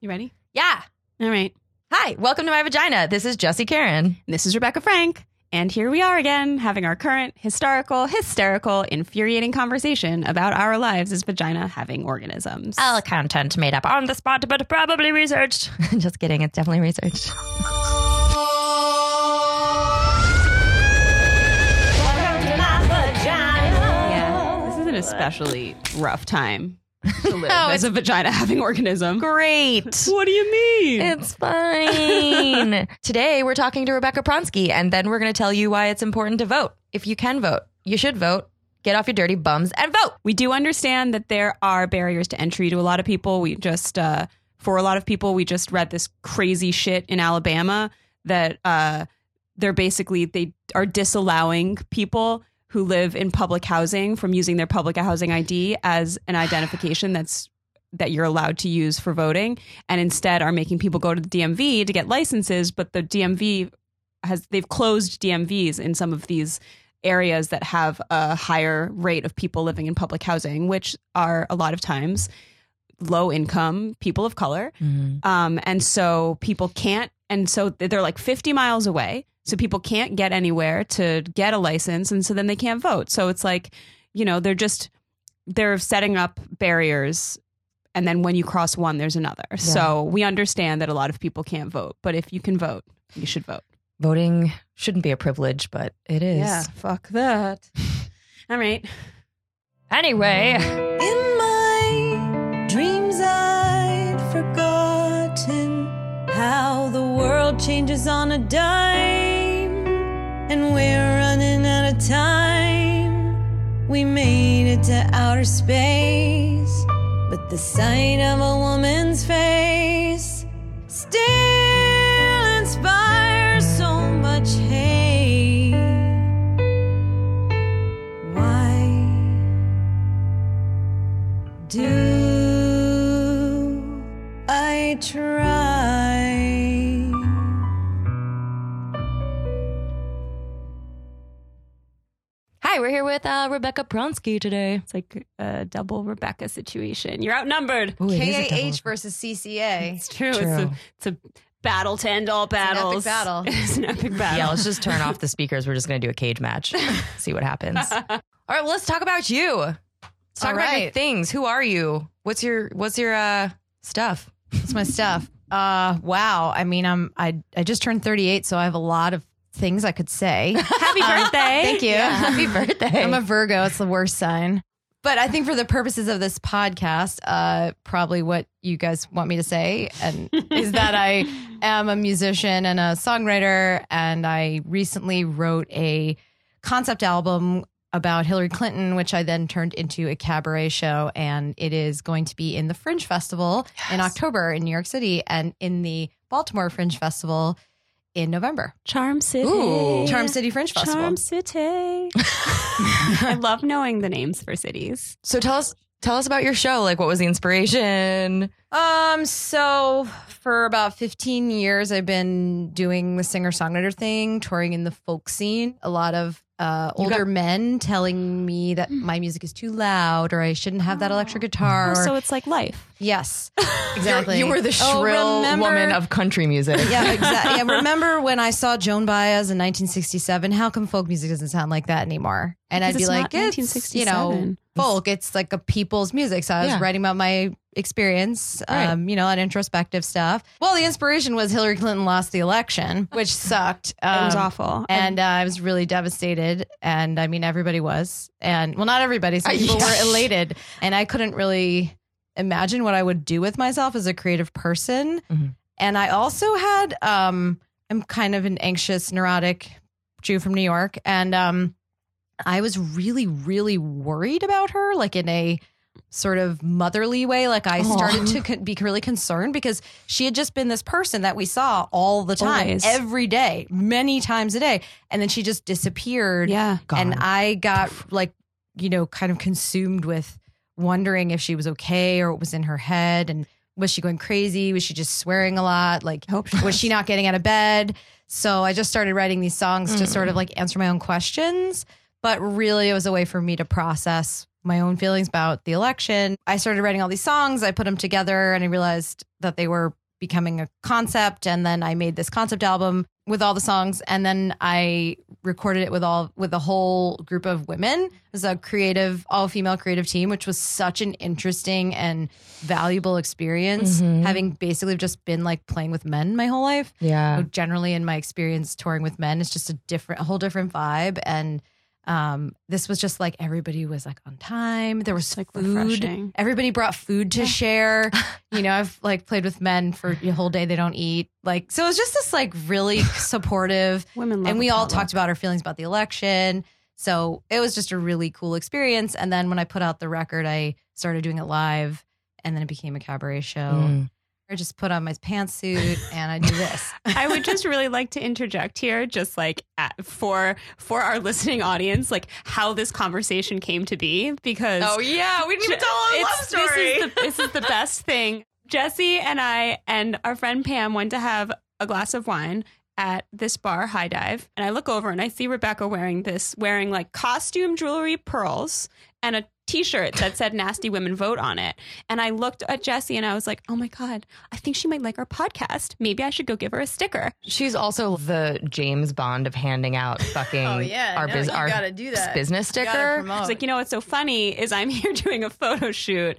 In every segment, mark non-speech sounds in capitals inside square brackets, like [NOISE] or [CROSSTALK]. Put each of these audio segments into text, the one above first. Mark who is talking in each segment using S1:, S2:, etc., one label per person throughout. S1: You ready?
S2: Yeah.
S1: All right.
S2: Hi, welcome to my vagina. This is Jessie Karen.
S1: This is Rebecca Frank. And here we are again, having our current historical, hysterical, infuriating conversation about our lives as vagina having organisms.
S2: All content made up on the spot, but probably researched. [LAUGHS] Just kidding, it's definitely researched.
S1: yeah, this is an especially rough time [LAUGHS] to live
S2: No,
S1: as a vagina having organism.
S2: Great.
S1: What do you mean?
S2: It's [LAUGHS] fine. Today, we're talking to Rebecca Pronsky, and then we're going to tell you why it's important to vote. If you can vote, you should vote. Get off your dirty bums and vote.
S1: We do understand that there are barriers to entry to a lot of people. We just, uh, for a lot of people, we just read this crazy shit in Alabama that uh, they're basically they are disallowing people who live in public housing from using their public housing ID as an identification that's that you're allowed to use for voting, and instead are making people go to the DMV to get licenses. But the DMV has they've closed DMVs in some of these areas that have a higher rate of people living in public housing, which are a lot of times low income people of color. Um, and so people can't, and so they're like 50 miles away. So people can't get anywhere to get a license. And so then they can't vote. So it's like, you know, they're just, they're setting up barriers. And then when you cross one, there's another. So we understand that a lot of people can't vote. But if you can vote, you should vote.
S2: Voting shouldn't be a privilege, but it is.
S1: fuck that. [LAUGHS] All right.
S2: Anyway,
S3: In my dreams, I'd forgotten how the world changes on a dime, and we're running out of time. We made it to outer space, but the sight of a woman's face still inspires so much hate. Why? do I try?
S2: hi, we're here with uh, Rebecca Pronsky today.
S1: It's like a double Rebecca situation. You're outnumbered.
S2: Ooh, it is a double-
S4: KAH versus CCA.
S1: It's true. It's, a,
S2: True.
S1: it's a battle to end all
S4: epic
S1: battles.
S4: battle.
S1: [LAUGHS] it's an epic
S2: Yeah,
S1: battle.
S2: let's just turn off the speakers. We're just going to do a cage [LAUGHS] match. See what happens. [LAUGHS] All right, well, let's talk about you. Let's talk
S4: All
S2: about your
S4: right.
S2: things. Who are you? What's your what's your uh stuff?
S4: That's my stuff. Uh, wow. I mean, I'm I I just turned 38, so I have a lot of things I could say.
S1: Happy birthday.
S4: Uh-huh. Thank you.
S2: Happy birthday.
S4: I'm a Virgo. It's the worst sign. But I think for the purposes of this podcast, uh, probably what you guys want me to say and is that I am a musician and a songwriter, and I recently wrote a concept album about Hillary Clinton, which I then turned into a cabaret show, and it is going to be in the Fringe Festival in October in New York City, and in the Baltimore Fringe Festival in November.
S1: Charm City.
S2: Ooh.
S4: Charm City Fringe Festival.
S1: Charm City. [LAUGHS] I love knowing the names for cities.
S2: So tell us tell us about your show. Like what was the inspiration?
S4: Um, so for about 15 years, I've been doing the singer songwriter thing, touring in the folk scene. A lot of uh,
S2: You got-
S4: older men telling me that my music is too loud or I shouldn't have that electric guitar.
S1: Oh,
S4: or-
S1: so it's like life.
S4: yes, exactly.
S2: You were the
S4: Oh,
S2: shrill
S4: remember-
S2: woman of country music.
S4: [LAUGHS] yeah, exactly.
S1: [LAUGHS]
S4: Yeah, remember when I saw Joan Baez in 1967? How come folk music doesn't sound like that anymore? And
S1: Because
S4: I'd be
S1: it's
S4: like,
S1: not
S4: it's, you know,
S1: 1967.
S4: folk. It's like a people's music. So I was
S2: Yeah.
S4: writing about my experience,
S2: Right.
S4: um, you know, and introspective stuff. Well, the inspiration was Hillary Clinton lost the election, which sucked.
S1: it was
S4: Um,
S1: awful.
S4: And uh, I was really devastated. And I mean, everybody was. And well, not everybody. Some people were elated. And I couldn't really imagine what I would do with myself as a creative person.
S2: Mhm.
S4: And I also had, um, I'm kind of an anxious, neurotic Jew from New York. And um, I was really, really worried about her, like in a sort of motherly way. Like I
S2: Aw.
S4: started to con- be really concerned because she had just been this person that we saw all the time,
S1: Always.
S4: every day, many times a day. And then she just disappeared.
S1: yeah.
S4: And
S2: Gone.
S4: I got like, you know, kind of consumed with wondering if she was okay or what was in her head. And was she going crazy? Was she just swearing a lot? Like,
S1: I hope
S4: was she not getting out of bed? So I just started writing these songs to sort of like answer my own questions. But really, it was a way for me to process my own feelings about the election. I started writing all these songs, I put them together, and I realized that they were becoming a concept. And then I made this concept album with all the songs, and then I recorded it with all with a whole group of women. It was a creative, all female creative team, which was such an interesting and valuable experience.
S2: Mhm.
S4: Having basically just been like playing with men my whole life
S2: Yeah.
S4: generally in my experience touring with men it's just a different a whole different vibe and um this was just like everybody was like on time there was
S1: like
S4: food
S1: refreshing.
S4: everybody brought food to
S1: [LAUGHS]
S4: share you know i've like played with men for a whole day they don't eat like so it was just this like
S1: [LAUGHS]
S4: really supportive
S1: Women love
S4: and
S1: a
S4: we all
S1: potluck.
S4: talked about our feelings about the election so it was just a really cool experience and then when i put out the record i started doing it live and then it became a cabaret show
S2: Mm.
S4: i just put on my pantsuit and i do this
S1: I would just really like to interject here, just like at, for for our listening audience, like how this conversation came to be, because
S4: Oh,
S2: Oh, yeah, we didn't
S1: Je- it's- This is, the, this is the best thing. Jesse and I and our friend Pam went to have a glass of wine at this bar, High Dive, and I look over and I see Rebecca wearing this, wearing like costume jewelry pearls and a t-shirt that said nasty women vote on it and i looked at jesse and i was like oh my god i think she might like our podcast maybe i should go give her a sticker
S2: She's also the James Bond of handing
S4: [LAUGHS]
S2: out fucking our,
S4: Oh, no,
S2: bus-
S4: you
S2: our
S4: gotta do that.
S2: business
S4: gotta
S2: sticker.
S4: promote.
S1: It's like, you know what's so funny is I'm [LAUGHS] here doing a photo shoot,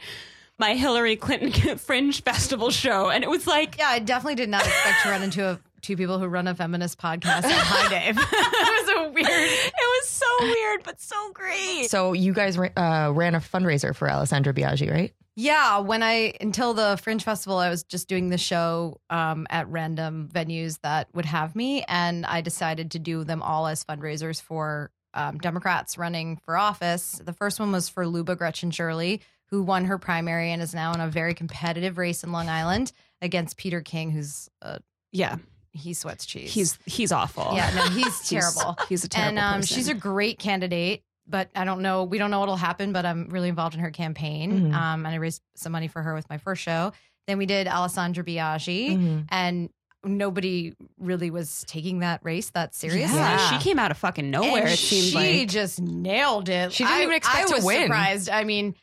S1: my Hillary Clinton [LAUGHS] Fringe Festival show. And it was like, [LAUGHS]
S4: yeah, I definitely did not expect to run into a, [LAUGHS] two people who run a feminist podcast. At High Dave. [LAUGHS] it was a weird.
S1: it was so weird, but so great.
S2: So you guys ra- uh, ran a fundraiser for Alessandra Biaggi, right?
S4: Yeah, when I until the Fringe Festival, I was just doing the show um, at random venues that would have me, and I decided to do them all as fundraisers for um, Democrats running for office. The first one was for Luba Gretchen Shirley, who won her primary and is now in a very competitive race in Long Island against Peter King, who's uh,
S1: Yeah,
S4: he sweats cheese.
S1: he's he's awful.
S4: yeah, no, he's terrible.
S1: [LAUGHS] He's a terrible
S4: and um,
S1: person.
S4: she's a great candidate but i don't know we don't know what'll happen but i'm really involved in her campaign
S1: Mm-hmm.
S2: Mhm.
S4: um, and i raised some money for her with my first show then we did alessandra biaggi
S1: Mm-hmm.
S4: and nobody really was taking that race that seriously
S1: Yeah,
S2: Yeah.
S1: She came out of fucking nowhere,
S4: and
S1: it seemed
S4: she
S1: like.
S4: just nailed it
S2: She didn't
S4: I,
S2: even
S4: I
S2: expect to
S4: was
S2: win.
S4: surprised i mean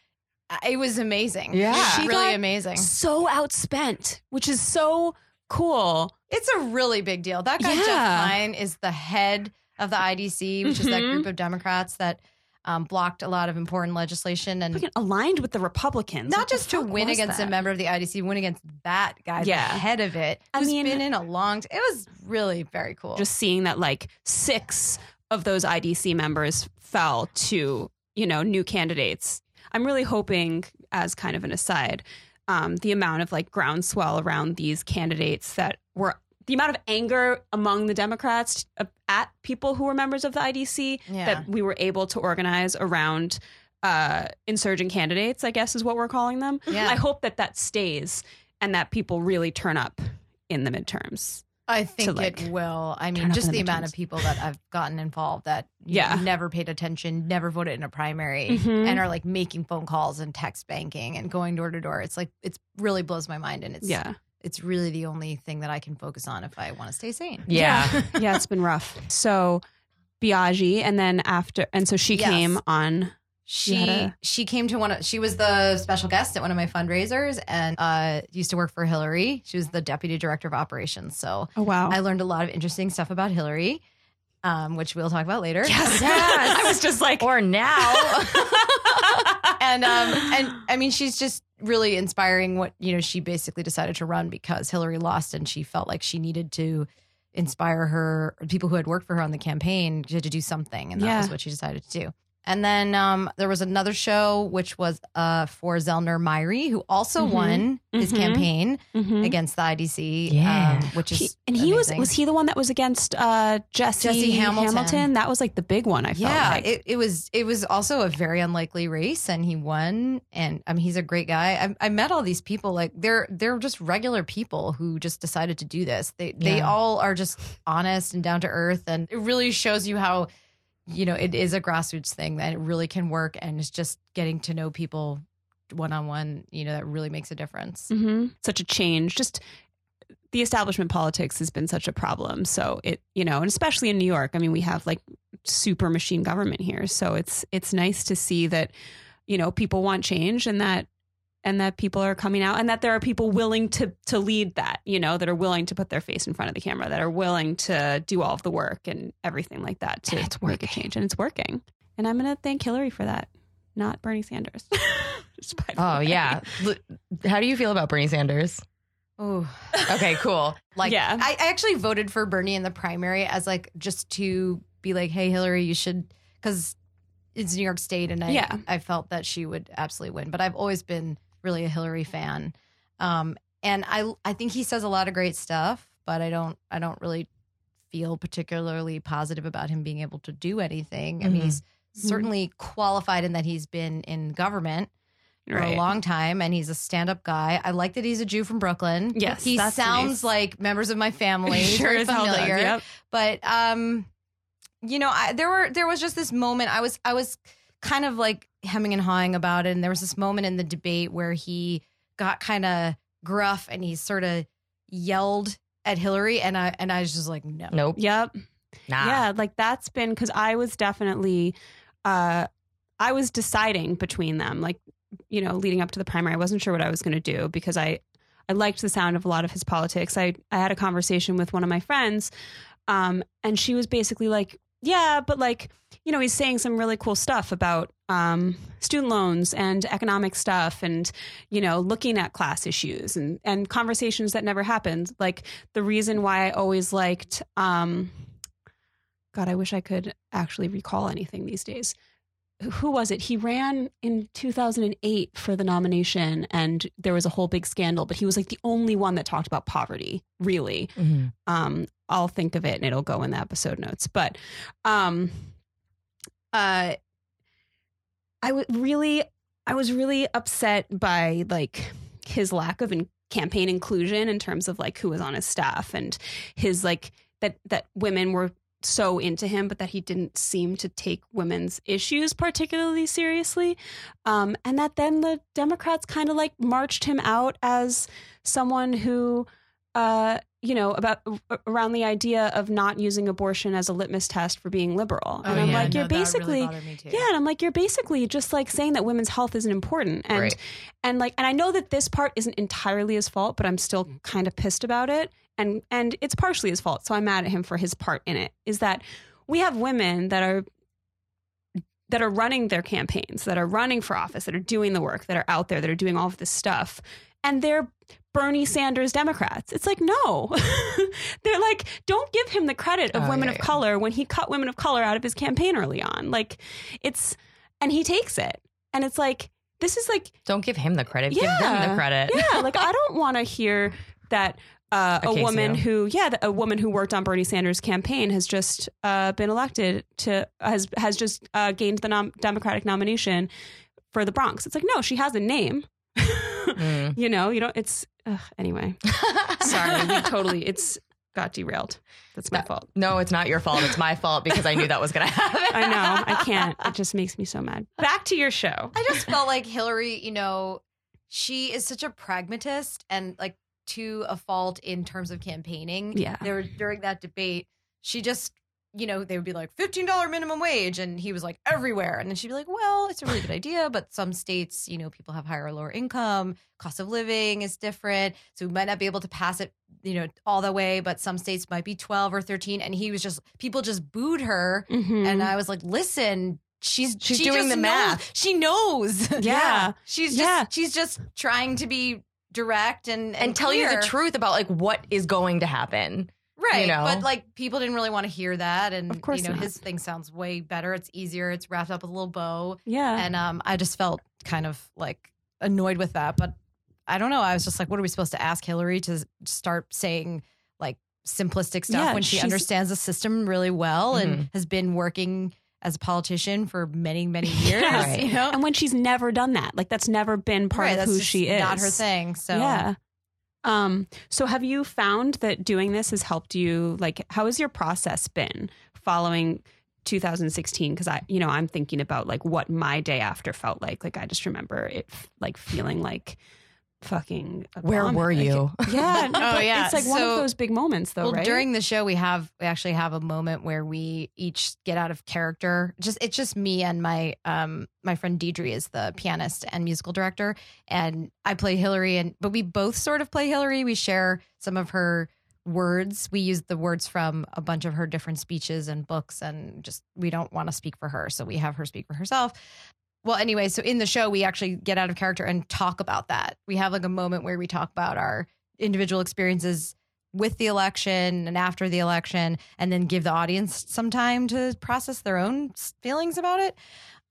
S4: I- it was amazing
S2: Yeah.
S4: It was
S1: She
S4: really
S1: got
S4: amazing
S1: So outspent, which is so cool.
S4: It's a really big deal. That guy
S1: Yeah.
S4: Jeff Klein is the head of the IDC, which is that
S1: Mhm.
S4: group of Democrats that um, blocked a lot of important legislation and
S1: Fucking aligned with the Republicans.
S4: Mm. not
S1: What the
S4: just to
S1: fuck
S4: win
S1: was
S4: against
S1: that?
S4: a member of the IDC, win against that guy,
S1: Yeah.
S4: the head of it,
S1: I
S4: who's
S1: mean-
S4: been in a long. T- it was really very cool.
S1: Just [LAUGHS] seeing that like six of those IDC members fell to, you know, new candidates. I'm really hoping, as kind of an aside, um, the amount of like groundswell around these candidates that were the amount of anger among the Democrats uh, at people who were members of the IDC
S4: Yeah.
S1: that we were able to organize around uh, insurgent candidates, I guess is what we're calling them.
S4: Yeah.
S1: I hope that that stays and that people really turn up in the midterms.
S4: I think
S1: like,
S4: it will. I
S1: turn
S4: mean,
S1: up
S4: just
S1: in
S4: the,
S1: the
S4: amount
S1: midterms.
S4: of people that I've gotten
S1: [LAUGHS]
S4: involved that you
S1: Yeah.
S4: know, never paid attention, never voted in a primary,
S1: Mhm.
S4: and are like making phone calls and text banking and going door to door. It's like it's really blows my mind, and it's
S1: Yeah.
S4: it's really the only thing that I can focus on if I want to stay sane.
S2: Yeah.
S4: [LAUGHS]
S1: yeah, it's been rough. So Biaggi, and then after, and so she
S4: Yes.
S1: came on.
S4: She
S1: had a-
S4: she came to one of she was the special guest at one of my fundraisers and uh used to work for Hillary. She was the deputy director of operations. So
S1: Oh wow!
S4: I learned a lot of interesting stuff about Hillary, um, which we'll talk about later.
S1: [LAUGHS]
S4: [LAUGHS]
S1: yes,
S2: Yes.
S1: I was just like, [LAUGHS]
S2: or now.
S1: [GASPS]
S4: and um and I mean she's just really inspiring what you know she basically decided to run because Hillary lost and she felt like she needed to inspire her people who had worked for her on the campaign to, to do something and that
S1: Yeah.
S4: was what she decided to do. And then um, there was another show which was uh, for Zellner Myrie, who also
S1: Mhm.
S4: won his
S1: Mhm.
S4: campaign
S1: Mhm.
S4: against the IDC,
S2: Yeah.
S4: um, which is
S1: He- and he was
S4: Mm-hmm. amazing.
S1: was he the one that was against uh, Jesse,
S4: Jesse Hamilton.
S1: That was like the big one. I felt
S4: yeah,
S1: like.
S4: it, it was it was also a very unlikely race, and he won. And I mean, he's a great guy. I, I met all these people like they're they're just regular people who just decided to do this. They they
S2: Yeah.
S4: all are just honest and down to earth, and it really shows you how you know it is a grassroots thing and it really can work. And it's just getting to know people one on one. You know that really makes a difference.
S2: Mm-hmm.
S1: hmm Such a change. Just the establishment politics has been such a problem. So it, you know, and especially in New York. I mean, we have like super machine government here. So it's it's nice to see that you know people want change and that and that people are coming out and that there are people willing to to lead that you know that are willing to put their face in front of the camera that are willing to do all of the work and everything like that to
S2: And it's
S1: make a change and it's working and i'm going to thank hillary for that not bernie sanders [LAUGHS] Just by the
S2: Oh
S1: way.
S2: yeah. L- How do you feel about Bernie Sanders?
S1: Mm.
S4: Oh,
S2: Okay, cool.
S4: like
S1: Yeah.
S4: I, I actually voted for Bernie in the primary as like just to be like, hey, Hillary, you should because it's New York State, and I
S1: Yeah.
S4: I felt that she would absolutely win. But I've always been really a Hillary fan, um, and I I think he says a lot of great stuff, but I don't I don't really feel particularly positive about him being able to do anything. I
S1: Mm-hmm.
S4: mean,
S2: Mhm.
S4: he's certainly qualified in that he's been in government for a
S1: right
S4: long time, and he's a stand-up guy. I like that he's a Jew from Brooklyn.
S1: Yes,
S4: he
S1: that's
S4: sounds
S1: nice.
S4: like members of my
S1: [LAUGHS]
S4: family. He's
S1: sure
S4: very
S1: as hell does.
S4: familiar.
S1: Yep.
S4: But um, you know, I, there were there was just this moment. I was I was kind of like hemming and hawing about it, and there was this moment in the debate where he got kind of gruff and he sort of yelled at Hillary, and I and I was just like, no,
S2: Nope.
S1: yep
S2: Nah.
S1: Yeah, like that's been because I was definitely, uh, I was deciding between them. Like, you know, leading up to the primary, I wasn't sure what I was going to do because I, I liked the sound of a lot of his politics. I, I had a conversation with one of my friends, um, and she was basically like, yeah, but like, you know, he's saying some really cool stuff about um, student loans and economic stuff and, you know, looking at class issues and, and conversations that never happened. Like, the reason why I always liked, um, God, I wish I could actually recall anything these days. Who- Who was it? He ran in 2008 for the nomination, and there was a whole big scandal, but he was like the only one that talked about poverty, really
S2: Mhm.
S1: um i'll think of it and it'll go in the episode notes but um uh i was really i was really upset by like his lack of in- campaign inclusion in terms of like who was on his staff and his like that that women were so into him but that he didn't seem to take women's issues particularly seriously um and that then the democrats kind of like marched him out as someone who uh, you know, about a- around the idea of not using abortion as a litmus test for being liberal. and
S2: Oh,
S1: I'm
S2: yeah.
S1: like,
S4: No,
S1: you're
S4: that really
S1: basically
S4: bothered me too.
S1: yeah, and I'm like, you're basically just like saying that women's health isn't important, and
S2: Right.
S1: and like, and I know that this part isn't entirely his fault, but I'm
S2: Mm-hmm.
S1: still kind of pissed about it, and and it's partially his fault, so I'm mad at him for his part in it. Is that we have women that are that are running their campaigns, that are running for office, that are doing the work, that are out there, that are doing all of this stuff, and they're Bernie Sanders Democrats. It's like no, [LAUGHS] they're like, don't give him the credit of
S2: Oh,
S1: women
S2: yeah,
S1: of
S2: yeah.
S1: color when he cut women of color out of his campaign early on, like it's and he takes it and it's like this is like
S2: Don't give him the credit. Give them
S1: Yeah.
S2: the credit.
S1: yeah like i don't want to hear that uh, a
S2: Ocasio.
S1: woman who yeah that a woman who worked on bernie sanders campaign has just uh, been elected to has has just uh, gained the nom- democratic nomination for the bronx it's like no she has a name [LAUGHS]
S2: Mm.
S1: you know you don't it's ugh, anyway sorry we totally it's got derailed that's my fault
S2: No, it's not your fault. It's my fault because I knew that was going to [LAUGHS] happen.
S1: i know i can't it just makes me so mad back to your [LAUGHS] show
S4: I just felt like Hillary, you know, she is such a pragmatist and like to a fault in terms of campaigning.
S1: Yeah.
S4: There were during that debate, she just, you know, they would be like $15 minimum wage and he was like everywhere and then she'd be like, "Well, it's a really good idea, but some states, you know, people have higher or lower income, cost of living is different, so we might not be able to pass it, you know, all the way, but some states might be 12 or 13." And he was just people just booed her
S1: Mhm.
S4: Mm-hmm. and uh, I was like, "Listen, she's
S2: Mm-hmm. She's
S4: she
S2: doing
S4: just
S2: the
S4: knows-
S2: math.
S4: She knows. [LAUGHS]
S1: Yeah.
S4: she's
S1: Yeah.
S4: just she's just trying to be direct and and,
S2: and tell you the
S4: clear.
S2: truth about like what is going to happen.
S4: right?
S2: you know.
S4: But like, people didn't really want to hear that, and
S1: Of course
S4: you know,
S1: not.
S4: his thing sounds way better. It's easier. It's wrapped up with a little bow,
S1: yeah
S4: and um, I just felt kind of like annoyed with that, but. I don't know. I was just like, what are we supposed to ask Hillary to start saying like simplistic stuff
S1: Yeah,
S4: when she
S1: she's- Mm-hmm.
S4: understands the system really well and has been working as a politician for
S1: [LAUGHS]
S4: many, many years?
S2: Right.
S4: You know?
S1: and when she's never done that like that's never been part
S4: Right,
S1: of
S4: that's
S1: who
S4: just
S1: she is
S4: Not her thing. So
S1: yeah um so have you found that doing this has helped you like how has your process been following 2016 because i you know i'm thinking about like what my day after felt like like i just remember it like feeling like fucking.
S2: Where
S1: vomit.
S2: were
S1: Like,
S2: you?
S1: yeah.
S4: Oh, yeah.
S1: It's like one
S4: So-
S1: of those big moments, though,
S4: well,
S1: right?
S4: during the show, we have we actually have a moment where we each get out of character. Just it's just me and my um my friend Deidre is the pianist and musical director, and I play Hillary. And but we both sort of play Hillary. We share some of her words. We use the words from a bunch of her different speeches and books, and just we don't want to speak for her, so we have her speak for herself. Well, anyway, so in the show, we actually get out of character and talk about that. We have like a moment where we talk about our individual experiences with the election and after the election, and then give the audience some time to process their own s- feelings about it.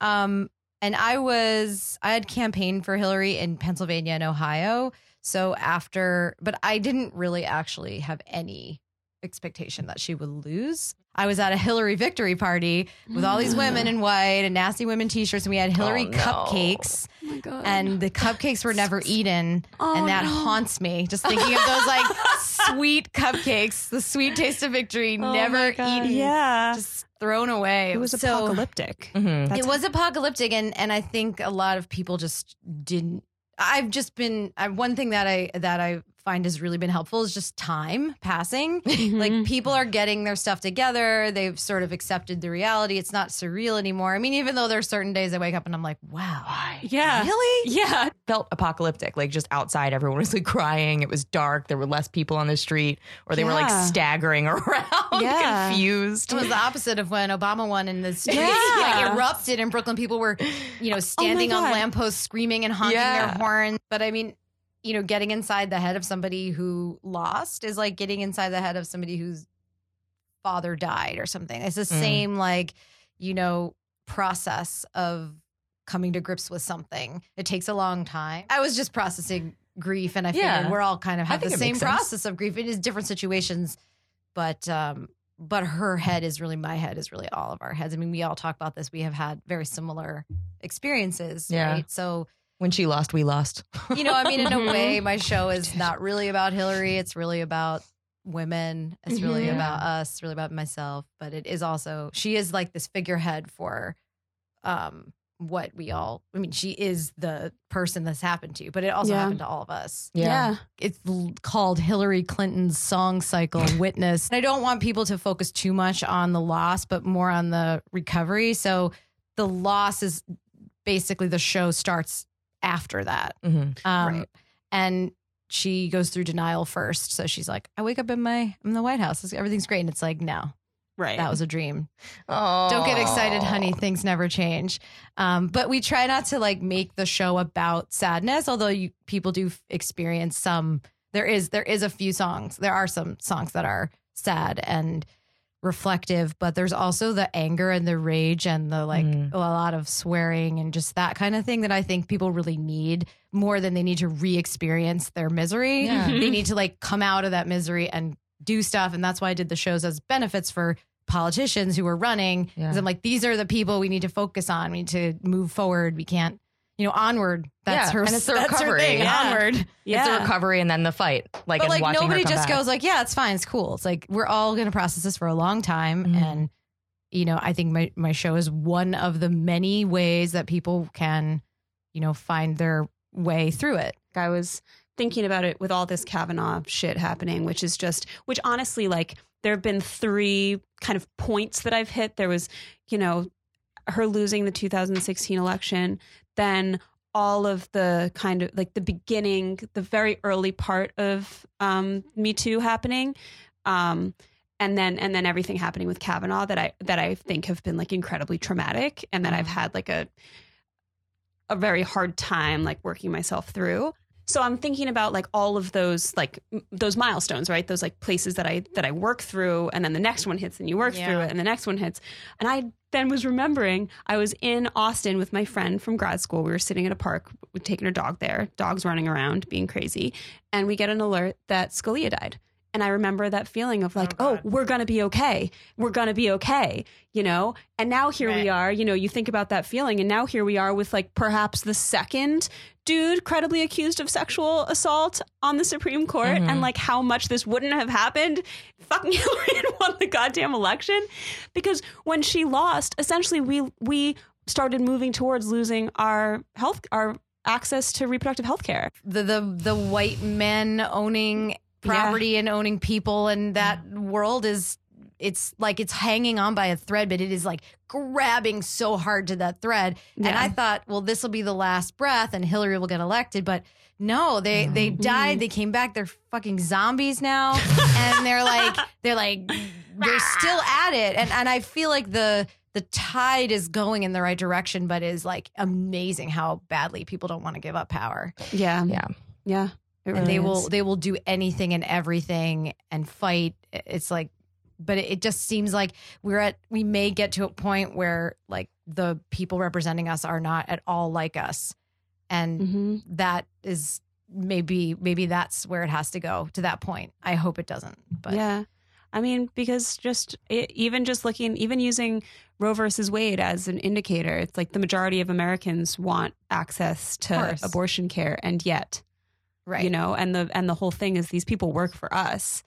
S4: Um, and I was, I had campaigned for Hillary in Pennsylvania and Ohio. So after, but I didn't really actually have any expectation that she would lose. I was at a Hillary victory party with all these women in white and nasty women t shirts, and we had Hillary
S2: no.
S4: cupcakes,
S1: Oh my god.
S4: and the cupcakes were never eaten
S1: Oh,
S4: and that
S1: no.
S4: haunts me just thinking of those like sweet cupcakes, the sweet taste of victory, never eaten,
S1: Oh Yeah.
S4: just thrown away.
S1: it was
S4: so, [LAUGHS]
S1: apocalyptic.
S2: Mhm.
S1: That's
S4: It was apocalyptic, and and I think a lot of people just didn't. I've just been I, one thing that I that I find has really been helpful is just time passing.
S1: [LAUGHS]
S4: Like people are getting their stuff together. They've sort of accepted the reality. It's not surreal anymore. I mean, even though there's certain days I wake up and I'm like, wow,
S1: yeah.
S4: really?
S1: Yeah.
S2: felt apocalyptic. Like just outside, everyone was like crying. It was dark. There were less people on the street, or they were like
S1: Yeah.
S2: staggering [LAUGHS] around,
S1: Yeah.
S2: confused.
S4: It was
S2: [LAUGHS]
S4: the opposite of when Obama won and the streets
S1: Yeah.
S4: like, erupted in Brooklyn. People were, you know, standing on
S1: God.
S4: lampposts, screaming and honking
S2: Oh Yeah.
S4: their horn. But I mean, you know, getting inside the head of somebody who lost is like getting inside the head of somebody whose father died or something. It's the
S2: Mm.
S4: same, like, you know, process of coming to grips with something. It takes a long time. I was just processing grief, and I figured
S2: Yeah.
S4: we're all kind of
S2: I
S4: have the
S2: think it
S4: same
S2: makes sense.
S4: process of grief. It is different situations, but um, but her head is really my head is really all of our heads. I mean, we all talk about this. We have had very similar experiences,
S2: Yeah.
S4: right? So
S2: when she lost, we [LAUGHS] lost.
S4: you know, I mean, in a way, my show is not really about Hillary. It's really about women. It's really
S1: Mhm.
S4: about us. It's really about myself. But it is also she is like this figurehead for um what we all I mean, she is the person this happened to, but it also
S1: Yeah.
S4: happened to all of us
S1: Yeah.
S4: it's l- called Hillary Clinton's
S1: [LAUGHS]
S4: song cycle witness. And I don't want people to focus too much on the loss, but more on the recovery. So the loss is basically the show starts after that.
S2: Mhm.
S4: Um,
S1: Right.
S4: And she goes through denial first. So she's like, I wake up in my, I'm in the White House. Everything's great. And it's like, no,
S1: Right.
S4: that was a dream.
S2: Oh,
S4: Don't get excited, honey. Things never change. Um, but we try not to like make the show about sadness, although you people do f- experience some. There is there is a few songs. There are some songs that are sad and reflective, but there's also the anger and the rage and the like
S2: Mm.
S4: a lot of swearing and just that kind of thing that I think people really need more than they need to re-experience their misery.
S2: Yeah. Mm-hmm.
S4: They need to like come out of that misery and do stuff. And that's why I did the shows as benefits for politicians who were running.
S2: Yeah.
S4: 'Cause I'm like, these are the people we need to focus on. We need to move forward. We can't, you know, onward. That's
S2: Yeah,
S4: her.
S2: and it's the
S4: that's her
S2: recovery.
S4: thing,
S1: Yeah.
S4: Onward.
S1: yeah.
S2: It's the recovery and then the fight. Like,
S4: But
S2: and
S4: like
S2: watching her
S4: nobody
S2: come
S4: just
S2: back.
S4: goes like, yeah, it's fine. It's cool. It's like we're all going to process this for a long time.
S2: Mhm.
S4: And you know, I think my my show is one of the many ways that people can, you know, find their way through it.
S1: I was thinking about it with all this Kavanaugh shit happening, which is just, which honestly, like, there have been three kind of points that I've hit. There was, you know, her losing the 2016 election, then all of the kind of like the beginning, the very early part of um, Me Too happening. Um, and then and then everything happening with Kavanaugh that I that I think have been like incredibly traumatic and that I've had like a a very hard time like working myself through so i'm thinking about like all of those like m- those milestones right those like places that i that i work through and then the next one hits and you work
S4: Yeah.
S1: through it and the next one hits and i then was remembering i was in austin with my friend from grad school we were sitting at a park we'd taken her dog there dogs running around being crazy and we get an alert that scalia died and i remember that feeling of like oh, we're gonna be okay we're gonna be okay you know and now here we are you know you think about that feeling and now here we are with like perhaps the second dude credibly accused of sexual assault on the Supreme Court and like how much this wouldn't have happened. Fucking [LAUGHS] Hillary had won the goddamn election because when she lost, essentially we we started moving towards losing our health our access to reproductive health care.
S4: the the the white men owning property and owning people and that world is it's like it's hanging on by a thread but it is like grabbing so hard to that thread and
S1: Yeah.
S4: i thought well this will be the last breath and hillary will get elected but no they they died they came back they're fucking zombies now and they're like they're like they're still at it and and i feel like the the tide is going in the right direction but is like amazing how badly people don't want to give up power
S1: Yeah.
S2: Yeah.
S1: Yeah. It
S4: and
S1: really
S4: they will
S1: is.
S4: they will do anything and everything and fight it's like but it, it just seems like we're at we may get to a point where like the people representing us are not at all like us and
S1: Mhm.
S4: that is maybe maybe that's where it has to go to that point i hope it doesn't but
S1: yeah. I mean, because just it, even just looking, even using Roe versus Wade as an indicator, it's like the majority of Americans want access to
S4: course.
S1: abortion care, and yet,
S4: right
S1: you know, and the and the whole thing is these people work for us,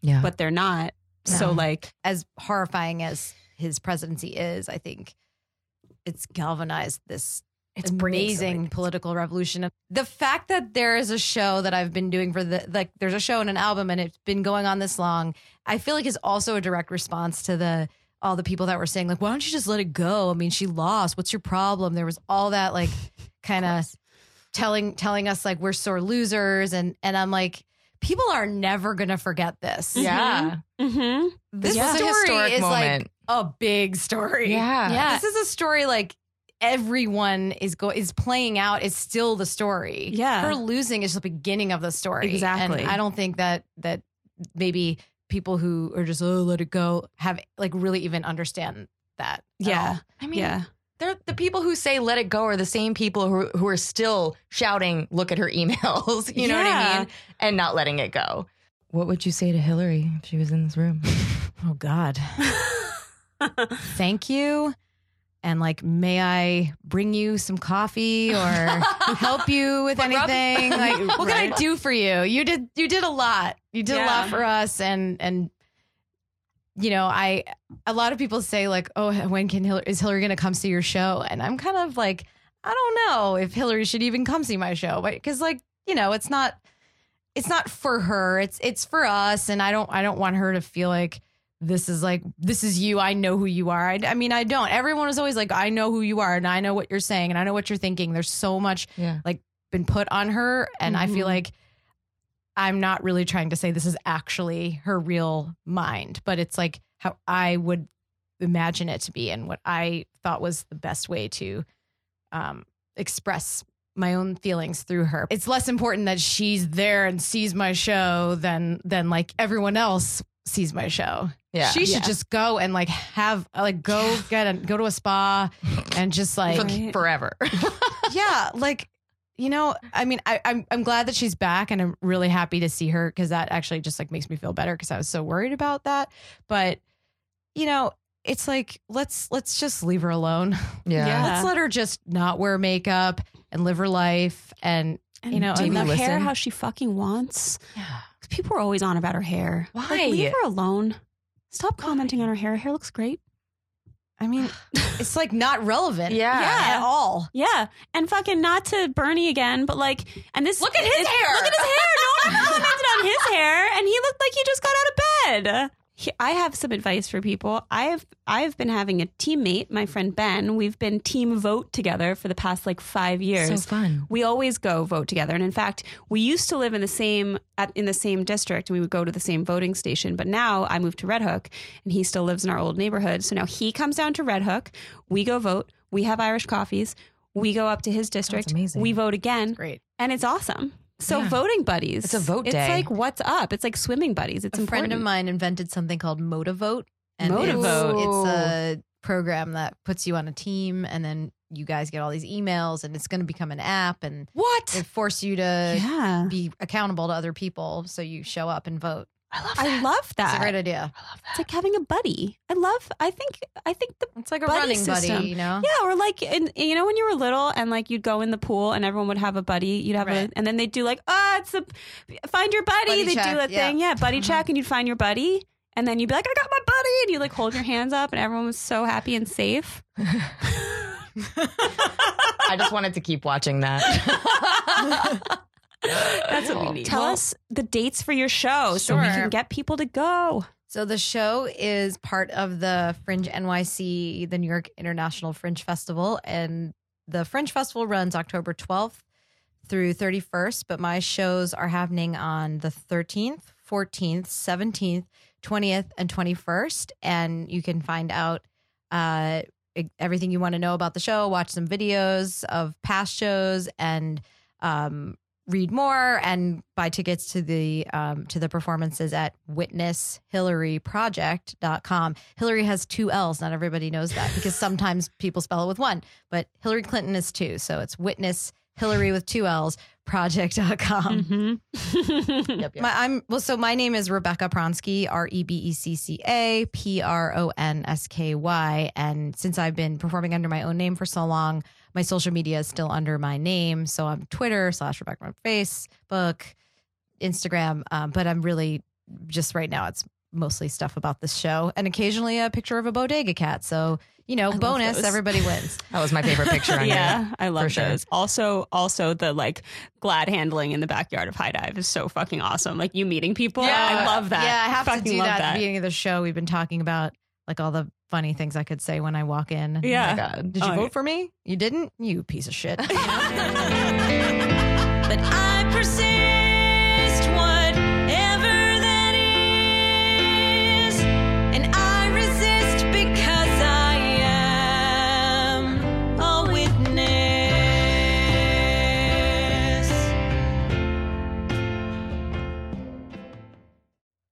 S2: Yeah.
S1: but they're not. So
S2: No.
S1: like,
S4: as horrifying as his presidency is i think it's galvanized this
S2: It's bringing so many
S4: amazing political revolution. The fact that there is a show that I've been doing for the like there's a show and an album and it's been going on this long, I feel like is also a direct response to the all the people that were saying like why don't you just let it go? I mean, she lost. What's your problem? There was all that
S2: [LAUGHS]
S4: like kind of telling telling us like we're sore losers and and I'm like people are never going to forget this.
S2: yeah.
S1: hmm
S4: This
S2: was a
S4: Mm-hmm. story
S2: historic
S4: is like
S2: moment.
S4: a big story.
S2: yeah.
S1: Yeah.
S4: This is a story like everyone is go is playing out. It's still the story.
S1: Yeah.
S4: her losing is the beginning of the story.
S1: Exactly.
S4: And I don't think that that maybe people who are just oh let it go have like really even understand that. at
S1: yeah,
S4: all.
S2: I mean,
S1: yeah,
S2: They're, the people who say let it go are the same people who, who are still shouting, look at her emails, [LAUGHS] you know what I
S1: Yeah.
S2: mean? And not letting it go. What would you say to Hillary if she was in
S1: [LAUGHS]
S2: this room?
S4: Oh God. Thank you. And like, may I bring you some coffee
S1: [LAUGHS]
S4: or help you with
S2: rub?
S4: anything? Like, what can I
S1: Right.
S4: do for you? You did you did a lot. You did a
S1: Yeah.
S4: lot for us, and and you know, I a lot of people say like, oh, when can Hillary is Hillary going to come see your show? And I'm kind of like, I don't know if Hillary should even come see my show, but because like you know, it's not it's not for her. It's it's for us, and I don't I don't want her to feel like this is like this is you. I know who you are. I, I mean, I don't. Everyone is always like, I know who you are, and I know what you're saying, and I know what you're thinking. There's so much
S2: Yeah.
S4: been put on her, and I feel
S1: Mhm.
S4: like I'm not really trying to say this is actually her real mind, but it's like how I would imagine it to be, and what I thought was the best way to um, express my own feelings through her. It's less important that she's there and sees my show than than like everyone else sees my show.
S2: Yeah.
S4: She should
S1: Yeah.
S4: just go and like have like go get a, go to a spa and just like
S2: Look
S1: Right.
S2: [LAUGHS] forever.
S4: yeah, like you know, I mean, I, I'm I'm glad that she's back, and I'm really happy to see her because that actually just like makes me feel better because I was so worried about that. But you know, it's like let's let's just leave her alone.
S1: Yeah.
S4: Let's let her just not wear makeup and live her life. And
S1: and
S4: You know,
S1: do
S4: and
S1: the
S2: listen.
S1: hair how she fucking wants.
S2: Yeah.
S1: People are always on about her hair. Like,
S2: Why?
S1: leave her alone. Stop commenting on her hair. Her hair looks great.
S4: I [SIGHS] mean, it's like not relevant.
S2: Yeah.
S4: at all.
S1: Yeah, and fucking not to Bernie again, but like, and this
S2: Look at his hair.
S1: Look at his hair. No one commented on his hair, and he looked like he just got out of bed. He- I have some advice for people. I have I've been having a teammate, my friend Ben. We've been team vote together for the past like five years.
S2: fun.
S1: We always go vote together, and in fact, we used to live in the same at, in the same district, and we would go to the same voting station. But now I moved to Red Hook, and he still lives in our old neighborhood. So now he comes down to Red Hook. We go vote. We have Irish coffees. We go up to his district.
S2: amazing.
S1: We vote again,
S4: Great.
S1: and it's awesome. So
S2: Yeah.
S1: voting buddies.
S2: It's a vote
S1: It's
S2: day.
S1: like what's up. It's like swimming buddies. It's
S4: a
S1: important.
S4: friend of mine invented something called Motivote.
S1: Motivote.
S4: It's, it's a program that puts you on a team, and then you guys get all these emails, and it's going to become an app, and
S1: What?
S4: they force you to
S1: Yeah,
S4: be accountable to other people, so you show up and vote.
S1: I love. I love
S4: It's a
S1: that.
S4: great idea.
S1: It's like having a buddy. I love. I think. I think the
S4: It's like a
S1: Buddy
S4: running buddy,
S1: system.
S4: you know.
S1: Yeah, or like, in, you know, when you were little and like you'd go in the pool and everyone would have a buddy, you'd have
S4: Right.
S1: a, and then they'd do like, oh, it's the find your buddy.
S4: Buddy
S1: they'd
S4: check,
S1: do a
S4: yeah. Mm-hmm.
S1: thing. Yeah, buddy check, and you'd find your buddy. And then you'd be like, I got my buddy. And you like hold your hands up, and everyone was so happy and safe.
S2: I just wanted to keep watching
S4: [LAUGHS]
S2: that.
S1: [LAUGHS] That's what we need. Tell
S2: Well-
S1: us the dates for your show so we
S4: Oh. Sure.
S1: can get people to go.
S4: So the show is part of the Fringe NYC, the New York International Fringe Festival, and the Fringe Festival runs October 12th through 31st, but my shows are happening on the 13th, 14th, 17th, 20th, and 21st, and you can find out uh, e- everything you want to know about the show, watch some videos of past shows, and um, read more and buy tickets to the um, to the performances at witnesshillaryproject.com. Hillary has two L's. Not everybody knows that because sometimes people spell it with one, but Hillary Clinton is two. So it's witness Hillary with two L's project.com.
S1: Um, [LAUGHS] Mm-hmm.
S2: Yep, yep.
S4: My, I'm well. So my name is Rebecca Pronsky, R E B E C C A P R O N S K Y, and since I've been performing under my own name for so long, my social media is still under my name. So I'm Twitter slash Rebecca on Facebook, Instagram, um, but I'm really just right now it's mostly stuff about this show and occasionally a picture of a bodega cat. So you know,
S1: love
S4: bonus,
S1: those.
S4: everybody
S1: [LAUGHS]
S4: wins.
S2: that was my favorite picture. On yeah.
S1: yeah, I love
S2: sure.
S1: those. Also, also the like glad handling in the backyard of High Dive is so fucking awesome. Like you meeting people, I love that.
S4: Yeah, I have
S1: fucking
S4: to do
S1: love
S4: that, at the beginning of the show. We've been talking about like all the funny things I could say when I walk in.
S1: Yeah.
S2: Oh my God.
S4: Did you
S1: Oh, yeah.
S4: vote for me? You didn't? You piece
S1: [LAUGHS]
S4: of shit.
S3: But I persist, whatever that is. And I resist because I am a witness.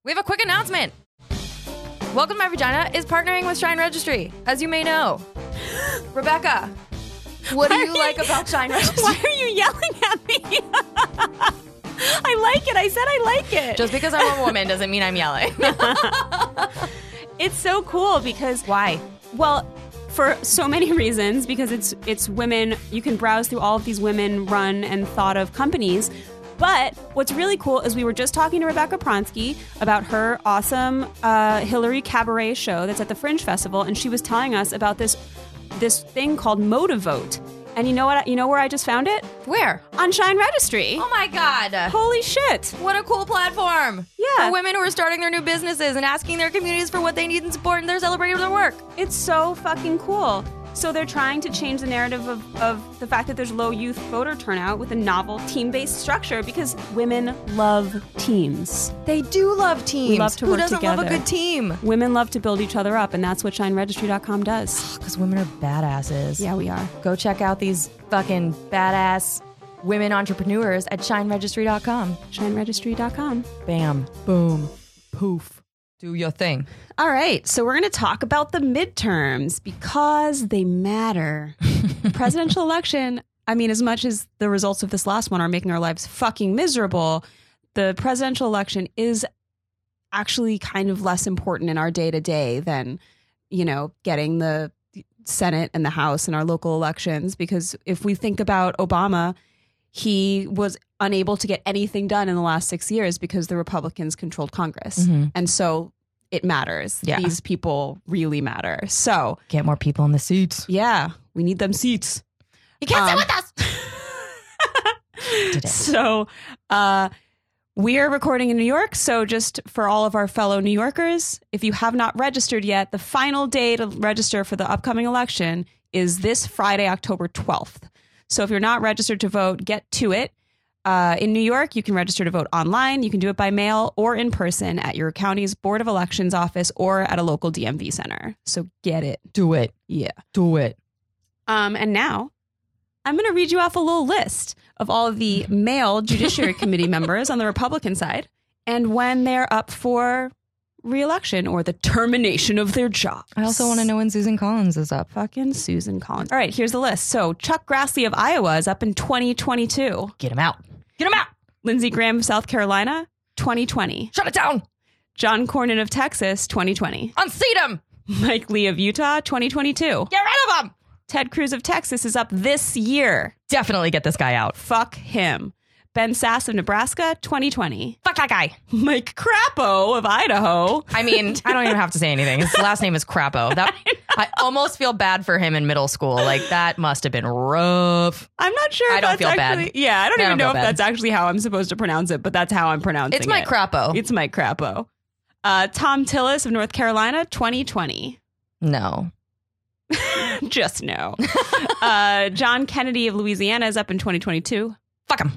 S2: We have a quick announcement. Welcome to My Vagina is partnering with Shine Registry, as you may know. [GASPS] Rebecca, what do you like about Shine Registry?
S1: Why are you yelling at me? [LAUGHS] I like it. I said I like it.
S2: Just because I'm a woman doesn't mean I'm yelling.
S1: it's so cool because
S2: Why?
S1: Well, for so many [LAUGHS] reasons, because it's it's women. You can browse through all of these women-run and thought-of companies. But what's really cool is we were just talking to Rebecca Pronsky about her awesome uh, Hillary Cabaret show that's at the Fringe Festival, and she was telling us about this this thing called Motivote. And you know what? You know where I just found it
S2: Where?
S1: on Shine Registry.
S2: Oh my God.
S1: Holy shit!
S2: What a cool platform.
S1: Yeah.
S2: For women who are starting their new businesses and asking their communities for what they need and support, and they're celebrating their work.
S1: It's so fucking cool. So they're trying to change the narrative of, of the fact that there's low youth voter turnout with a novel team-based structure because women love teams.
S2: They do love teams.
S1: love to
S2: Who
S1: work
S2: doesn't love a
S1: together.
S2: good team?
S1: Women love to build each other up, and that's what ShineRegistry.com does.
S2: Because women are badasses.
S1: Yeah, we are.
S2: Go check out these fucking badass women entrepreneurs at shineregistry.com.
S1: ShineRegistry.com.
S2: Bam. Boom. Poof. Do your thing.
S1: All right, so we're going to talk about the midterms because they matter. Presidential election, I mean, as much as the results of this last one are making our lives fucking miserable, the presidential election is actually kind of less important in our day to day than, you know, getting the Senate and the House in our local elections. Because if we think about Obama, he was unable to get anything done in the last six years because the Republicans controlled Congress. And so it matters.
S2: Yeah.
S1: These people really matter. So,
S2: Get more people in the seats.
S1: yeah, we need them seats.
S2: You can't
S1: Um,
S2: sit with us. Today.
S1: So, uh, we are recording in New York. So, just for all of our fellow New Yorkers, if you have not registered yet, the final day to register for the upcoming election is this Friday, October 12th. So, if you're not registered to vote, get to it. Uh, in New York, you can register to vote online. You can do it by mail or in person at your county's Board of Elections office or at a local DMV center. So, get it.
S2: Do it.
S1: Yeah.
S2: Do it.
S1: Um, and now I'm going to read you off a little list of all of the male
S2: [LAUGHS]
S1: Judiciary Committee members on the Republican side and when they're up for reelection or the termination of their jobs.
S2: I also want to know when Susan Collins is up.
S1: Fucking Susan Collins. All right, here's the list. So Chuck Grassley of Iowa is up in 2022.
S2: Get him out. Get him out.
S1: Lindsey Graham of South Carolina, 2020.
S2: Shut it down.
S1: John Cornyn of Texas, 2020.
S2: Unseat him.
S1: Mike Lee of Utah, 2022.
S2: Get rid of him.
S1: Ted Cruz of Texas is up this year.
S2: Definitely get this guy out.
S1: Fuck him. Ben Sass of Nebraska, 2020.
S2: Fuck that guy.
S1: Mike Crapo of Idaho.
S2: [LAUGHS] I mean, I don't even have to say anything. His last name is Crapo. That I almost feel bad for him in middle school. Like that must have been rough.
S1: I'm not sure. If
S2: I don't
S1: that's
S2: feel bad.
S1: actually, Yeah, I don't
S2: I
S1: even
S2: don't feel
S1: know if
S2: bad.
S1: that's actually how I'm supposed to pronounce it, but that's how I'm pronouncing
S2: It's my
S1: it.
S2: crapo.
S1: It's Mike Crapo. Uh, Tom Tillis of North Carolina, 2020.
S2: no.
S1: [LAUGHS] Just
S2: [LAUGHS]
S1: no. uh, John Kennedy of Louisiana is up in 2022.
S2: Fuck him.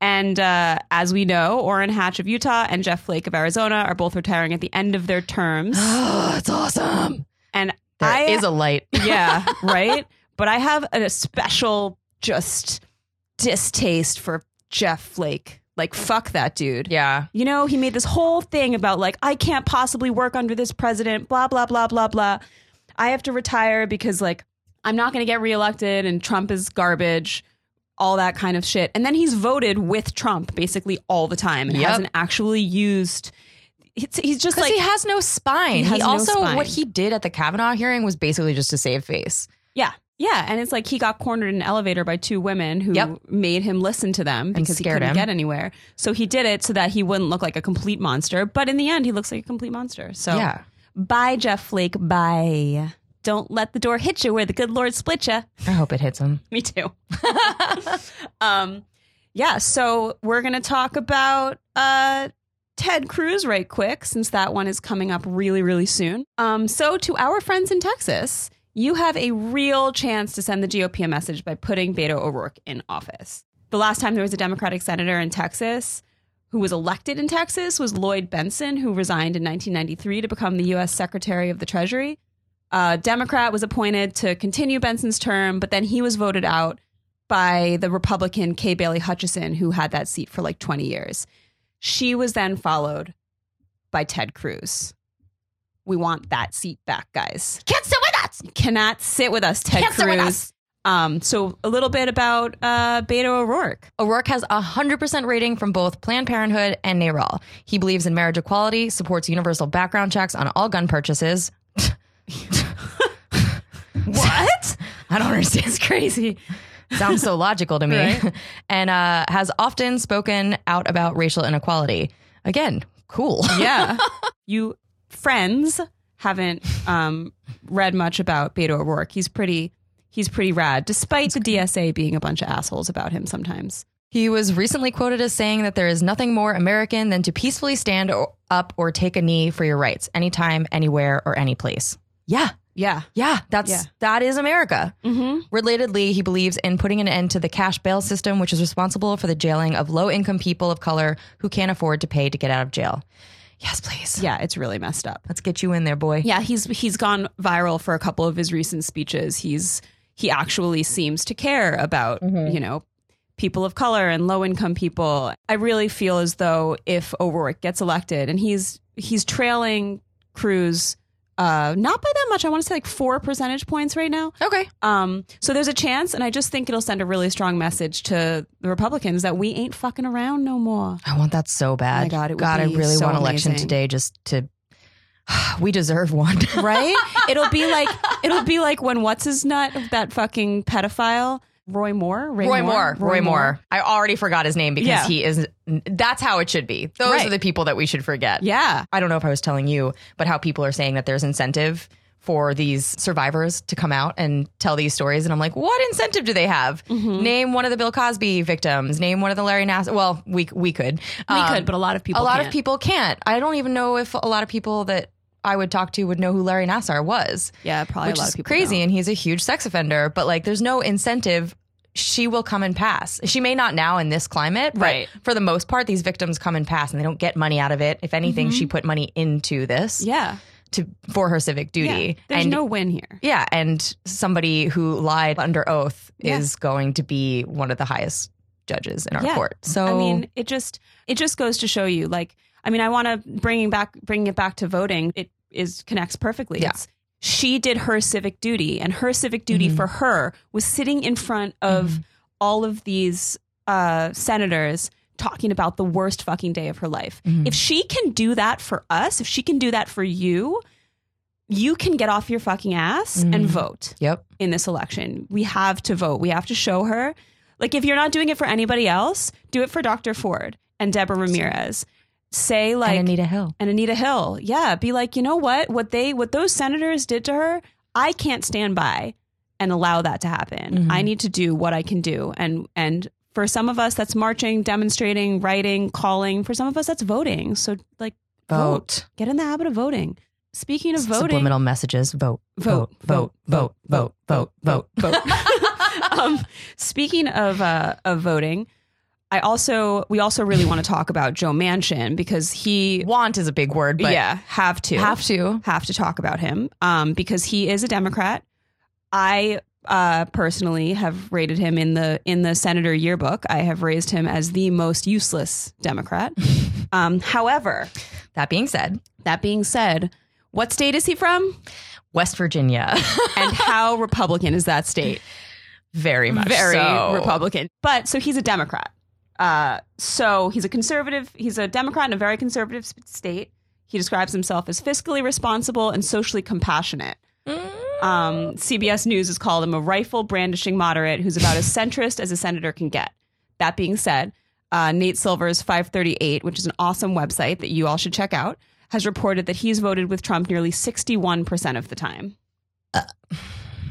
S1: And uh, as we know, Orrin Hatch of Utah and Jeff Flake of Arizona are both retiring at the end of their terms.
S2: [SIGHS] [GASPS] it's awesome.
S1: And
S2: There is
S1: I-
S2: a light.
S1: [LAUGHS] yeah, right? But I have a special just distaste for Jeff Flake. Like, fuck that dude.
S2: Yeah.
S1: You know, he made this whole thing about like, I can't possibly work under this president, blah, blah, blah, blah, blah. I have to retire because like I'm not gonna get reelected and Trump is garbage, all that kind of shit. And then he's voted with Trump basically all the time and
S2: Yep.
S1: hasn't actually used it's, he's just
S2: Because
S1: like
S2: he has no spine.
S1: He
S2: He,
S1: has no
S2: also,
S1: spine.
S2: what he did at the Kavanaugh hearing was basically just to save face.
S1: Yeah. Yeah. And it's like he got cornered in an elevator by two women who
S2: Yep.
S1: made him listen to them because he
S2: scared
S1: couldn't
S2: him.
S1: get anywhere. So he did it so that he wouldn't look like a complete monster. But in the end, he looks like a complete monster. So
S2: Yeah.
S1: bye, Jeff Flake. Bye. Don't let the door hit you where the good Lord split you.
S2: I hope it hits him.
S1: [LAUGHS] Me too. um, yeah. So we're going to talk about uh, Ted Cruz right quick, since that one is coming up really, really soon. Um, so, to our friends in Texas, you have a real chance to send the GOP a message by putting Beto O'Rourke in office. The last time there was a Democratic senator in Texas who was elected in Texas was Lloyd Benson, who resigned in 1993 to become the U.S. Secretary of the Treasury. A Democrat was appointed to continue Benson's term, but then he was voted out by the Republican Kay Bailey Hutchison, who had that seat for like 20 years. She was then followed by Ted Cruz. We want that seat back, guys.
S2: Can't sit with us.
S1: You cannot sit with us, Ted
S2: Can't sit
S1: Cruz.
S2: with us.
S1: Um, so a little bit about uh, Beto O'Rourke.
S2: O'Rourke has a 100% rating from both Planned Parenthood and NARAL. He believes in marriage equality, supports universal background checks on all
S1: [LAUGHS]
S2: gun purchases. [LAUGHS] what? I don't understand. It's crazy. Sounds so logical to me. [LAUGHS] And uh, has often spoken out about racial inequality. Again, cool.
S1: Yeah. you friends haven't um, read much about Beto O'Rourke. He's pretty he's pretty rad, despite the DSA being a bunch of assholes about him sometimes.
S2: He was recently quoted as saying that there is nothing more American than to peacefully stand o- up or take a knee for your rights anytime, anywhere, or any place. Yeah.
S1: Yeah.
S2: Yeah, that's
S1: Yeah.
S2: that is America.
S1: Mm-hmm.
S2: Relatedly, he believes in putting an end to the cash bail system, which is responsible for the jailing of low-income people of color who can't afford to pay to get out of jail. Yes, please.
S1: Yeah, it's really messed up.
S2: Let's get you in there, boy.
S1: Yeah, he's he's gone viral for a couple of his recent speeches. He's he actually seems to care about, you know, people of color and low income people. I really feel as though if O'Rourke gets elected and he's he's trailing Cruz uh not by that much. I want to say like 4 percentage points right now.
S2: Okay.
S1: Um so there's a chance and I just think it'll send a really strong message to the Republicans that we ain't fucking around no more.
S2: I want that so
S1: Oh
S2: bad.
S1: my God, it would
S2: God, I
S1: be
S2: really
S1: so
S2: want election
S1: amazing.
S2: today just to [SIGHS] we deserve one. [LAUGHS]
S1: right? It'll be like it'll be like when what's his nut that fucking pedophile Roy Moore, Ray
S2: Roy Moore. Roy Moore. I already forgot his name because
S1: Yeah.
S2: he is. That's how it should be. Those
S1: Right.
S2: are the people that we should forget.
S1: Yeah,
S2: I don't know if I was telling you, but how people are saying that there's incentive for these survivors to come out and tell these stories. And I'm like, what incentive do they have?
S1: Mm-hmm.
S2: Name one of the Bill Cosby victims. Name one of the Larry Nassar. Well, we we could.
S1: we could, but a lot of people.
S2: Um, a lot
S1: can't.
S2: of people can't. I don't even know if a lot of people that I would talk to would know who Larry Nassar was
S1: Yeah, probably
S2: which
S1: a lot
S2: is
S1: of people.
S2: crazy.
S1: don't.
S2: And he's a huge sex offender, but like, there's no incentive. She will come and pass. She may not now in this climate, but
S1: Right.
S2: for the most part, these victims come and pass, and they don't get money out of it. If anything, she put money into this
S1: Mm-hmm. Yeah,
S2: to for her civic
S1: yeah.
S2: duty.
S1: There's
S2: and
S1: no win here.
S2: yeah, and somebody who lied under oath
S1: Yeah.
S2: is going to be one of the highest judges in our
S1: Yeah.
S2: court. So
S1: I mean, it just it just goes to show you. Like, I mean, I want to bringing back bringing it back to voting. It is connects perfectly.
S2: Yeah.
S1: It's, she did her civic duty, and her civic duty
S2: Mm-hmm.
S1: for her was sitting in front of all of these uh, senators talking about the worst fucking day of her life.
S2: Mm-hmm.
S1: If she can do that for us, if she can do that for you, you can get off your fucking ass
S2: Mm-hmm.
S1: and vote
S2: yep,
S1: in this election. We have to vote. We have to show her. Like, if you're not doing it for anybody else, do it for Dr. Ford and Deborah Ramirez. Say like
S2: and Anita Hill.
S1: and Anita Hill. Yeah, be like, you know what? What they what those senators did to her, I can't stand by and allow that to happen.
S2: Mhm.
S1: I need to do what I can do. And and for some of us that's marching, demonstrating, writing, calling. For some of us that's voting. So like
S2: Vote.
S1: Get in the habit of voting. Speaking of voting,
S2: Subliminal messages. Vote.
S1: Vote,
S2: Vote. Vote. Vote. Vote. Vote. Vote.
S1: um, speaking of uh, of voting, I also we also really want to talk about Joe Manchin because he
S2: [LAUGHS] Want is a big word, but
S1: yeah have to
S4: Have to.
S1: have to talk about him um, because he is a Democrat. I uh, personally have rated him in the in the senator yearbook. I have raised him as the most useless
S4: [LAUGHS]
S1: Democrat. um, however,
S2: that being said,
S1: that being said, what state is he from,
S2: West Virginia,
S1: and how Republican is that state?
S2: very
S1: [LAUGHS]
S2: much
S1: very
S2: so.
S1: Republican. But so he's a Democrat. Uh, so he's a conservative. He's a Democrat in a very conservative sp- state. He describes himself as fiscally responsible and socially compassionate. Um, CBS News has called him a rifle brandishing moderate who's about as centrist as a senator can get. That being said, uh, Nate Silver's 538, which is an awesome website that you all should check out, has reported that he's voted with Trump nearly 61% of the time.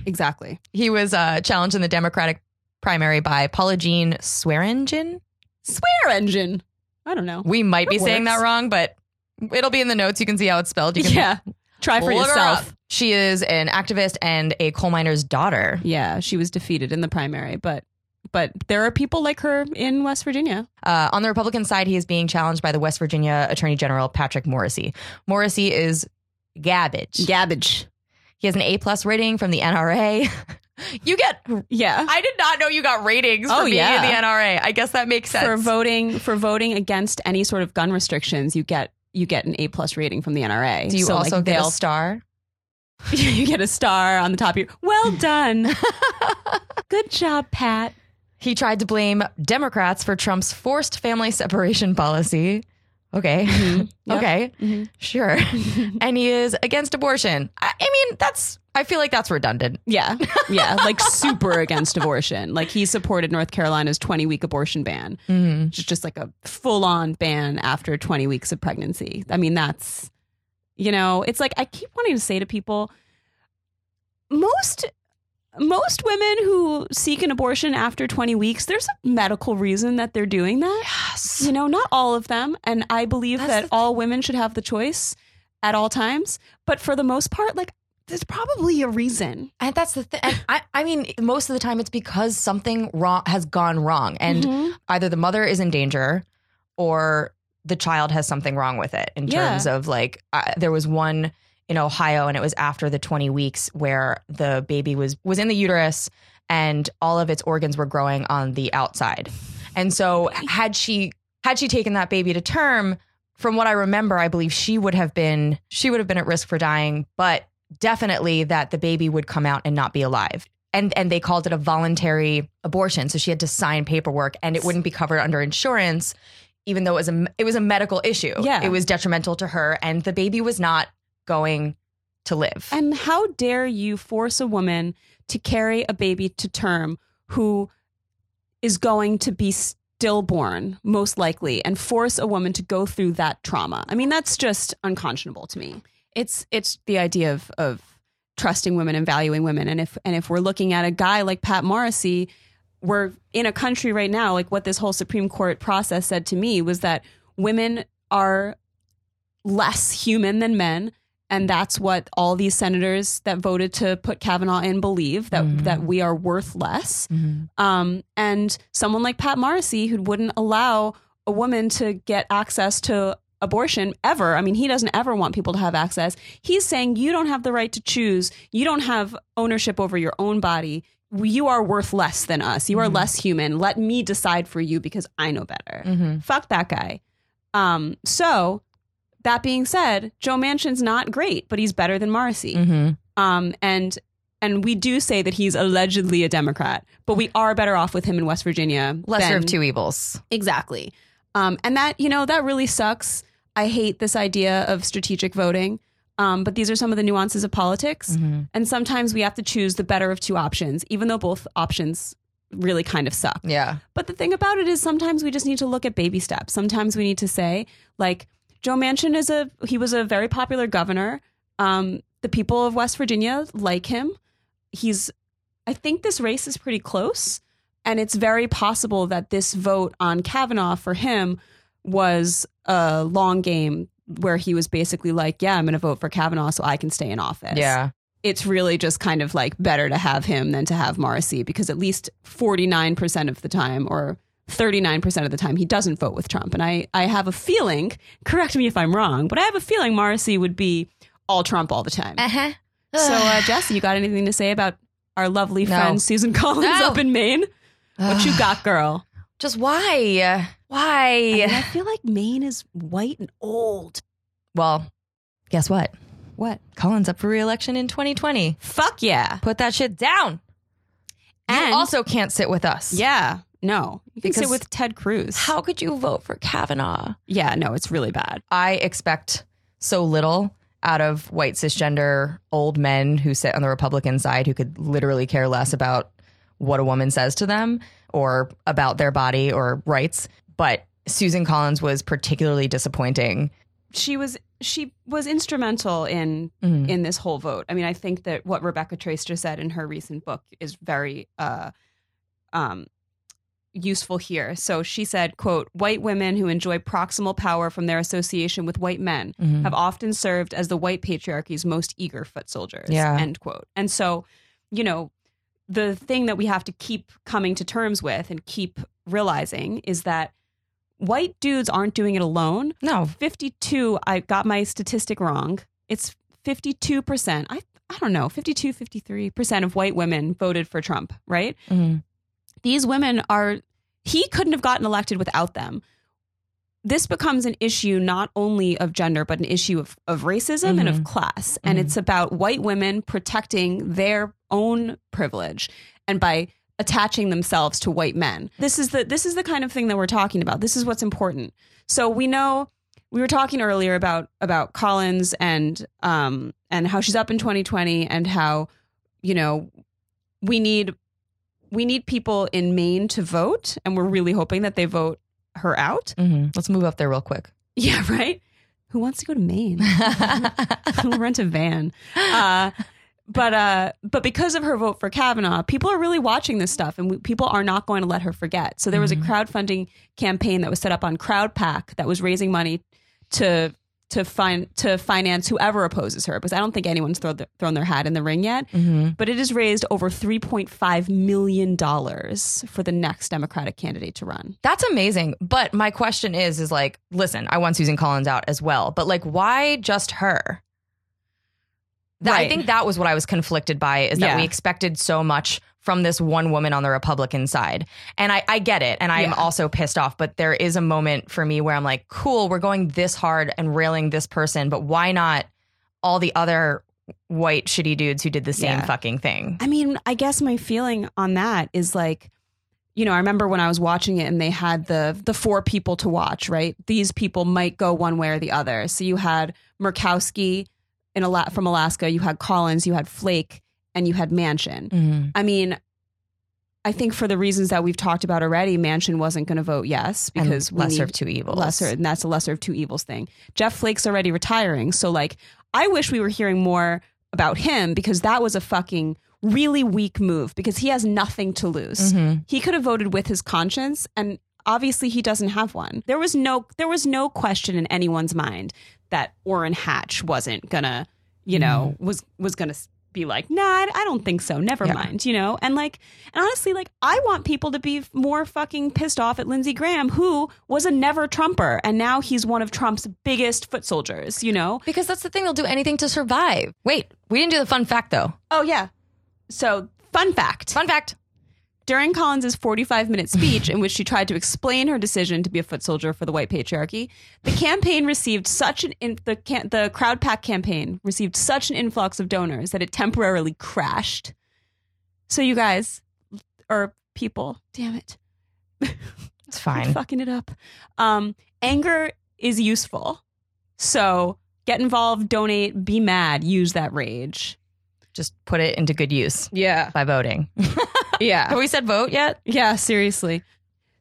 S1: Exactly.
S2: He was uh, challenged in the Democratic primary by Paula Jean Swearingen.
S1: Swear engine. I don't know.
S2: [LAUGHS] We might be
S1: That
S2: saying
S1: works.
S2: that wrong, but it'll be in the notes. You can see how it's spelled. You can
S1: yeah. Try for
S2: look her up.
S1: yourself.
S2: She is an activist and a coal miner's daughter.
S1: Yeah, she was defeated in the primary, but but there are people like her in West Virginia.
S2: Uh, on the Republican side, he is being challenged by the West Virginia Attorney General Patrick Morrissey. Morrissey is garbage.
S1: Gabbage.
S2: He has an A plus rating from the NRA. [LAUGHS] you get.
S1: Yeah.
S2: I did not know you got ratings for
S1: Oh,
S2: being
S1: yeah.
S2: in the NRA. I guess that makes sense.
S1: for voting for voting against any sort of gun restrictions, you get you get an A plus rating from the NRA.
S2: Do you
S1: So, like,
S2: also get a
S1: they'll-
S2: star?
S1: [LAUGHS] you get a star on the top of your well
S2: [LAUGHS]
S1: done. Good job, Pat.
S2: He tried to blame Democrats for Trump's forced family separation policy. Okay. [LAUGHS]
S1: Yep.
S2: Okay. [LAUGHS] Sure. and he is against abortion. I, I mean, that's, I feel like that's redundant. [LAUGHS]
S1: Yeah, yeah, like super against abortion. Like he supported North Carolina's 20 week abortion ban,
S2: Mm-hmm.
S1: which is just like a full on ban after 20 weeks of pregnancy. I mean, that's, you know, it's like I keep wanting to say to people, most. Most women who seek an abortion after 20 weeks, there's a medical reason that they're doing that.
S2: Yes.
S1: You know, not all of them. And I believe
S2: That's
S1: that
S2: the-
S1: all women should have the choice at all times. But for the most part, like, there's probably a reason.
S2: And that's the thing. I, I mean, most of the time it's because something wrong has gone wrong. And
S1: Mhm.
S2: either the mother is in danger or the child has something wrong with it in
S1: Yeah.
S2: terms of like I there was one in Ohio and it was after the 20 weeks where the baby was was in the uterus and all of its organs were growing on the outside. And so had she had she taken that baby to term from what I remember I believe she would have been she would have been at risk for dying but definitely that the baby would come out and not be alive. And and they called it a voluntary abortion so she had to sign paperwork and it wouldn't be covered under insurance even though it was a it was a medical issue.
S1: Yeah.
S2: It was detrimental to her and the baby was not going to live.
S1: And how dare you force a woman to carry a baby to term who is going to be stillborn, most likely, and force a woman to go through that trauma? I mean, that's just unconscionable to me. It's it's the idea of of trusting women and valuing women. And if and if we're looking at a guy like Pat Morrissey, we're in a country right now, like what this whole Supreme Court process said to me was that women are less human than men. And that's what all these senators that voted to put Kavanaugh in believe that that we are worth less. Um, and someone like Pat Morrissey, who wouldn't allow a woman to get access to abortion ever. I mean, he doesn't ever want people to have access. He's saying you don't have the right to choose. You don't have ownership over your own body. You are worth less than us. You are less human. Let me decide for you because I know better. Fuck that guy. Um, so that being said, Joe Manchin's not great, but he's better than Morrissey.
S2: Mm-hmm.
S1: Um, and and we do say that he's allegedly a Democrat, but we are better off with him in West Virginia.
S2: Lesser
S1: than-
S2: of two evils.
S1: Exactly. Um, and that, you know, that really sucks. I hate this idea of strategic voting. Um, but these are some of the nuances of politics.
S2: Mm-hmm.
S1: And sometimes we have to choose the better of two options, even though both options really kind of suck.
S2: Yeah.
S1: But the thing about it is sometimes we just need to look at baby steps. Sometimes we need to say, like, Joe Manchin is a he was a very popular governor. Um, the people of West Virginia like him. He's, I think this race is pretty close. And it's very possible that this vote on Kavanaugh for him was a long game where he was basically like, yeah, I'm going to vote for Kavanaugh so I can stay in office
S2: Yeah.
S1: it's really just kind of like better to have him than to have Morrissey because at least 49% of the time or 39% of the time he doesn't vote with Trump. And I, I have a feeling, correct me if I'm wrong, but I have a feeling Morrissey would be all Trump all the time.
S2: huh.
S1: so,
S2: [SIGHS]
S1: uh, Jesse, you got anything to say about our lovely
S2: No.
S1: friend Susan Collins
S2: No.
S1: up in Maine? What
S2: [SIGHS]
S1: you got, girl?
S2: Just why? Why?
S1: I, mean, I feel like Maine is white and old.
S2: well, guess what?
S1: What?
S2: Collins up for reelection in 2020.
S1: Fuck yeah.
S2: Put that shit down.
S1: And-
S2: you also can't sit with us.
S1: Yeah. No. You can sit
S2: Because-
S1: with Ted Cruz.
S2: How could you vote for Kavanaugh?
S1: Yeah, no, it's really bad.
S2: I expect so little out of white cisgender old men who sit on the Republican side who could literally care less about what a woman says to them or about their body or rights. But Susan Collins was particularly disappointing.
S1: she was she was instrumental in
S2: Mm-hmm.
S1: in this whole vote. I mean, I think that what Rebecca Traister said in her recent book is very uh, um, useful here. So she said, "quote White women who enjoy proximal power from their association with white men
S2: Mhm.
S1: have often served as the white patriarchy's most eager foot soldiers."
S2: Yeah.
S1: End quote. And so, you know, the thing that we have to keep coming to terms with and keep realizing is that white dudes aren't doing it alone.
S2: No,
S1: 52 i got my statistic wrong it's 52% i i don't know 52 53% of white women voted for trump right
S2: Mhm.
S1: these women are he couldn't have gotten elected without them this becomes an issue not only of gender but an issue of, of racism and of class and
S2: Mhm.
S1: it's about white women protecting their own privilege and by attaching themselves to white men this is the this is the kind of thing that we're talking about this is what's important so we know we were talking earlier about about collins and um and how she's up in 2020 and how you know we need we need people in maine to vote and we're really hoping that they vote her out
S2: Mhm. let's move up there real quick.
S1: [LAUGHS] yeah, right. Who wants to go to Maine? we'll rent a van. Uh, but uh, but because of her vote for Kavanaugh, people are really watching this stuff, and we, people are not going to let her forget. So there was a crowdfunding campaign that was set up on CrowdPack that was raising money to to find to finance whoever opposes her, because I don't think anyone's thrown their, thrown their hat in the ring yet.
S2: Mm.
S1: But it has raised over three point five million dollars for the next Democratic candidate to run.
S2: That's amazing. But my question is, is like, listen, I want Susan Collins out as well, but like, why just her? That, I
S1: Right.
S2: think that was what I was conflicted by is that
S1: Yeah.
S2: we expected so much from this one woman on the Republican side. And I, I get it. And I'm
S1: Yeah.
S2: also pissed off, but there is a moment for me where I'm like, cool, we're going this hard and railing this person, but why not all the other white shitty dudes who did the same
S1: Yeah.
S2: fucking thing?
S1: I mean, I guess my feeling on that is like, you know, I remember when I was watching it and they had the the four people to watch, right? These people might go one way or the other. So you had Murkowski in Ala- from Alaska, you had Collins, you had Flake, and you had Mansion.
S2: Mhm.
S1: I mean, I think for the reasons that we've talked about already, Mansion wasn't going to vote yes
S2: And
S1: because we
S2: lesser
S1: need-
S2: of two evils.
S1: lesser and that's a lesser of two evils thing jeff flake's already retiring so like i wish we were hearing more about him because that was a fucking really weak move because he has nothing to lose
S2: Mhm.
S1: he could have voted with his conscience and obviously he doesn't have one there was no there was no question in anyone's mind that orrin hatch wasn't gonna you know was was gonna s- be like nah i I don't think so never
S2: Yeah.
S1: mind you know and like and honestly like i want people to be f- more fucking pissed off at lindsey graham who was a never trumper and now he's one of trump's biggest foot soldiers you know
S2: Because that's the thing, they'll do anything to survive. Wait, we didn't do the fun fact though.
S1: oh yeah so fun fact
S2: Fun fact.
S1: During Collins's 45 minute speech, in which she tried to explain her decision to be a foot soldier for the white patriarchy, the campaign received such an in, the can, the crowd pack campaign received such an influx of donors that it temporarily crashed. So you guys, or people, damn it,
S2: It's
S1: I'm
S2: fine.
S1: fucking it up. Um, anger is useful, so get involved, donate, be mad, use that rage.
S2: Just put it into good use
S1: Yeah,
S2: by [LAUGHS] voting.
S1: yeah.
S2: Have we said vote yet?
S1: Yeah, seriously.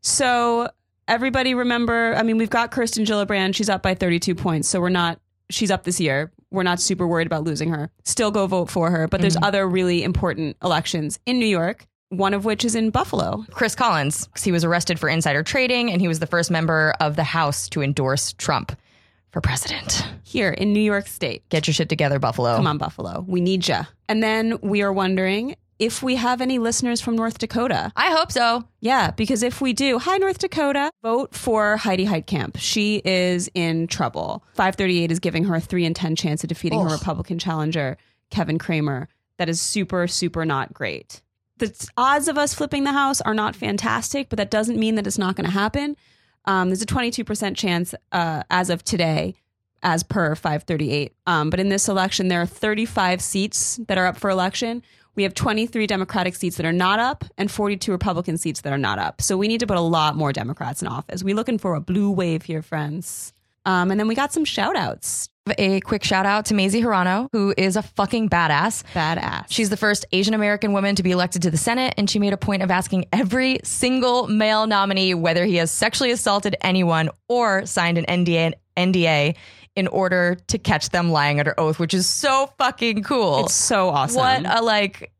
S1: So everybody remember, I mean, we've got Kirsten Gillibrand. She's up by 32 points. So we're not, she's up this year. We're not super worried about losing her. Still go vote for her. But
S2: Mm-hmm.
S1: there's other really important elections in New York, one of which is in Buffalo.
S2: Chris Collins, 'cause he was arrested for insider trading and he was the first member of the House to endorse Trump for president.
S1: here in New York State.
S2: Get your shit together, Buffalo.
S1: Come on, Buffalo. We need ya. And then we are wondering if we have any listeners from North Dakota.
S2: I hope so.
S1: Yeah, because if we do, hi, North Dakota, vote for Heidi Heitkamp. She is in trouble. 538 is giving her a 3 in 10 chance of defeating her Republican challenger, Kevin Kramer. That is super, super not great. The odds of us flipping the house are not fantastic, but that doesn't mean that it's not going to happen. Um, there's a 22% chance uh, as of today, as per 538. Um, but in this election, there are 35 seats that are up for election. We have 23 Democratic seats that are not up and 42 Republican seats that are not up. So we need to put a lot more Democrats in office. We're looking for a blue wave here, friends. Um, and then we got some shout outs.
S2: A quick shout out to Maisie Hirano, who is a fucking badass.
S1: Badass.
S2: She's the first Asian American woman to be elected to the Senate, and she made a point of asking every single male nominee whether he has sexually assaulted anyone or signed an NDA, NDA in order to catch them lying under oath, which is so fucking cool.
S1: it's so awesome.
S2: What a like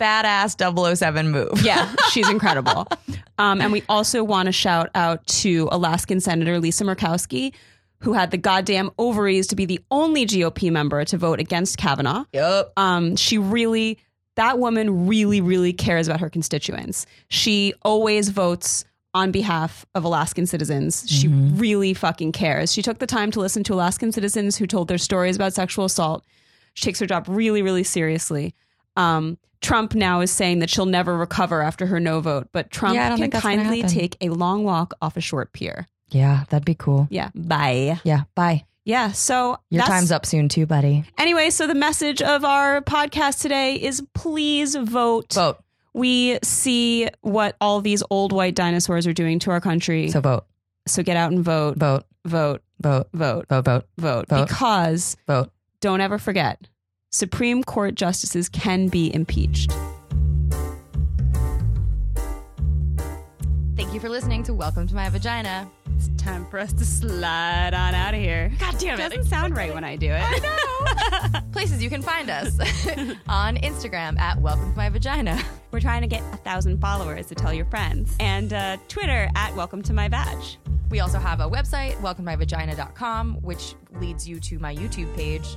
S2: badass 007 move.
S1: [LAUGHS] Yeah, she's incredible. Um, and we also want to shout out to Alaskan Senator Lisa Murkowski, who had the goddamn ovaries to be the only GOP member to vote against Kavanaugh.
S2: Yep.
S1: Um, she really, that woman really, really cares about her constituents. She always votes on behalf of Alaskan citizens. She really fucking cares. She took the time to listen to Alaskan citizens who told their stories about sexual assault. She takes her job really, really seriously. Um, Trump now is saying that she'll never recover after her no vote, but Trump
S2: Yeah, I don't
S1: can
S2: think that's gonna
S1: kindly
S2: happen.
S1: take a long walk off a short pier.
S2: Yeah, that'd be cool.
S1: Yeah. Bye.
S2: Yeah, bye.
S1: Yeah. So
S2: Your
S1: that's-
S2: time's up soon too, buddy.
S1: Anyway, so the message of our podcast today is please vote.
S2: Vote.
S1: We see what all these old white dinosaurs are doing to our country.
S2: So
S1: So,
S2: vote.
S1: get out and vote,
S2: Vote.
S1: vote,
S2: Vote.
S1: vote,
S2: Vote. Vote.
S1: vote.
S2: Vote.
S1: Because
S2: Vote.
S1: don't ever forget, Supreme Court justices can be impeached.
S2: Thank you for listening to Welcome to My Vagina.
S1: It's time for us to slide on out of here. God damn it. Doesn't sound right when I do it.
S2: Places you can find us [LAUGHS] on Instagram at Welcome to My Vagina.
S1: We're trying to get a thousand followers to tell your friends. And uh, Twitter at Welcome to My Badge.
S2: We also have a website, welcomemyvagina.com, which leads you to my YouTube page.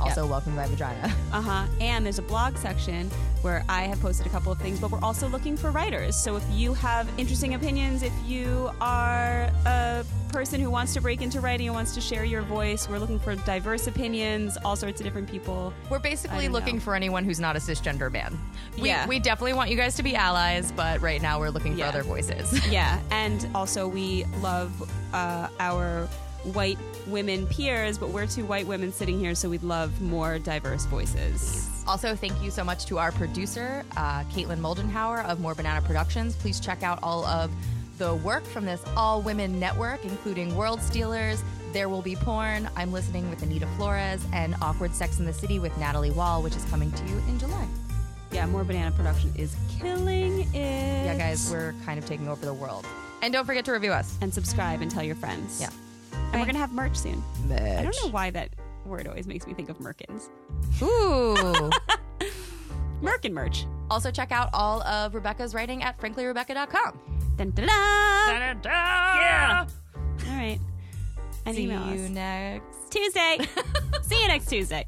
S2: Also, welcome to my
S1: [LAUGHS]
S2: vagina.
S1: Uh huh. And there's a blog section where I have posted a couple of things, but we're also looking for writers. So if you have interesting opinions, if you are a person who wants to break into writing and wants to share your voice, we're looking for diverse opinions, all sorts of different people.
S2: We're
S1: I
S2: basically
S1: don't
S2: looking
S1: know.
S2: for anyone who's not a cisgender man. We,
S1: Yeah.
S2: we definitely want you guys to be allies, but right now we're looking for
S1: Yeah.
S2: other voices. [LAUGHS]
S1: Yeah. And also, we love uh, our white women peers, but we're two white women sitting here, so we'd love more diverse voices.
S2: Also, thank you so much to our producer, uh, Caitlin Moldenhauer of More Banana Productions. Please check out all of the work from this all women network, including World Stealers, There Will Be Porn, I'm Listening with Anita Flores, and Awkward Sex in the City with Natalie Wall, which is coming to you in July.
S1: Yeah, More Banana Production is killing it.
S2: Yeah, guys, we're kind of taking over the world. And don't forget to review us.
S1: and subscribe and tell your friends.
S2: Yeah.
S1: And we're going to have merch soon. I don't know why that word always makes me think of Merkins.
S2: Ooh.
S1: Merkin merch.
S2: [LAUGHS] also, check out all of Rebecca's writing at franklyrebecca.com.
S1: Dun, dun, dun.
S2: Yeah.
S1: All right. And
S2: See
S1: email
S2: you
S1: us.
S2: next. [LAUGHS]
S1: Tuesday. See you next Tuesday.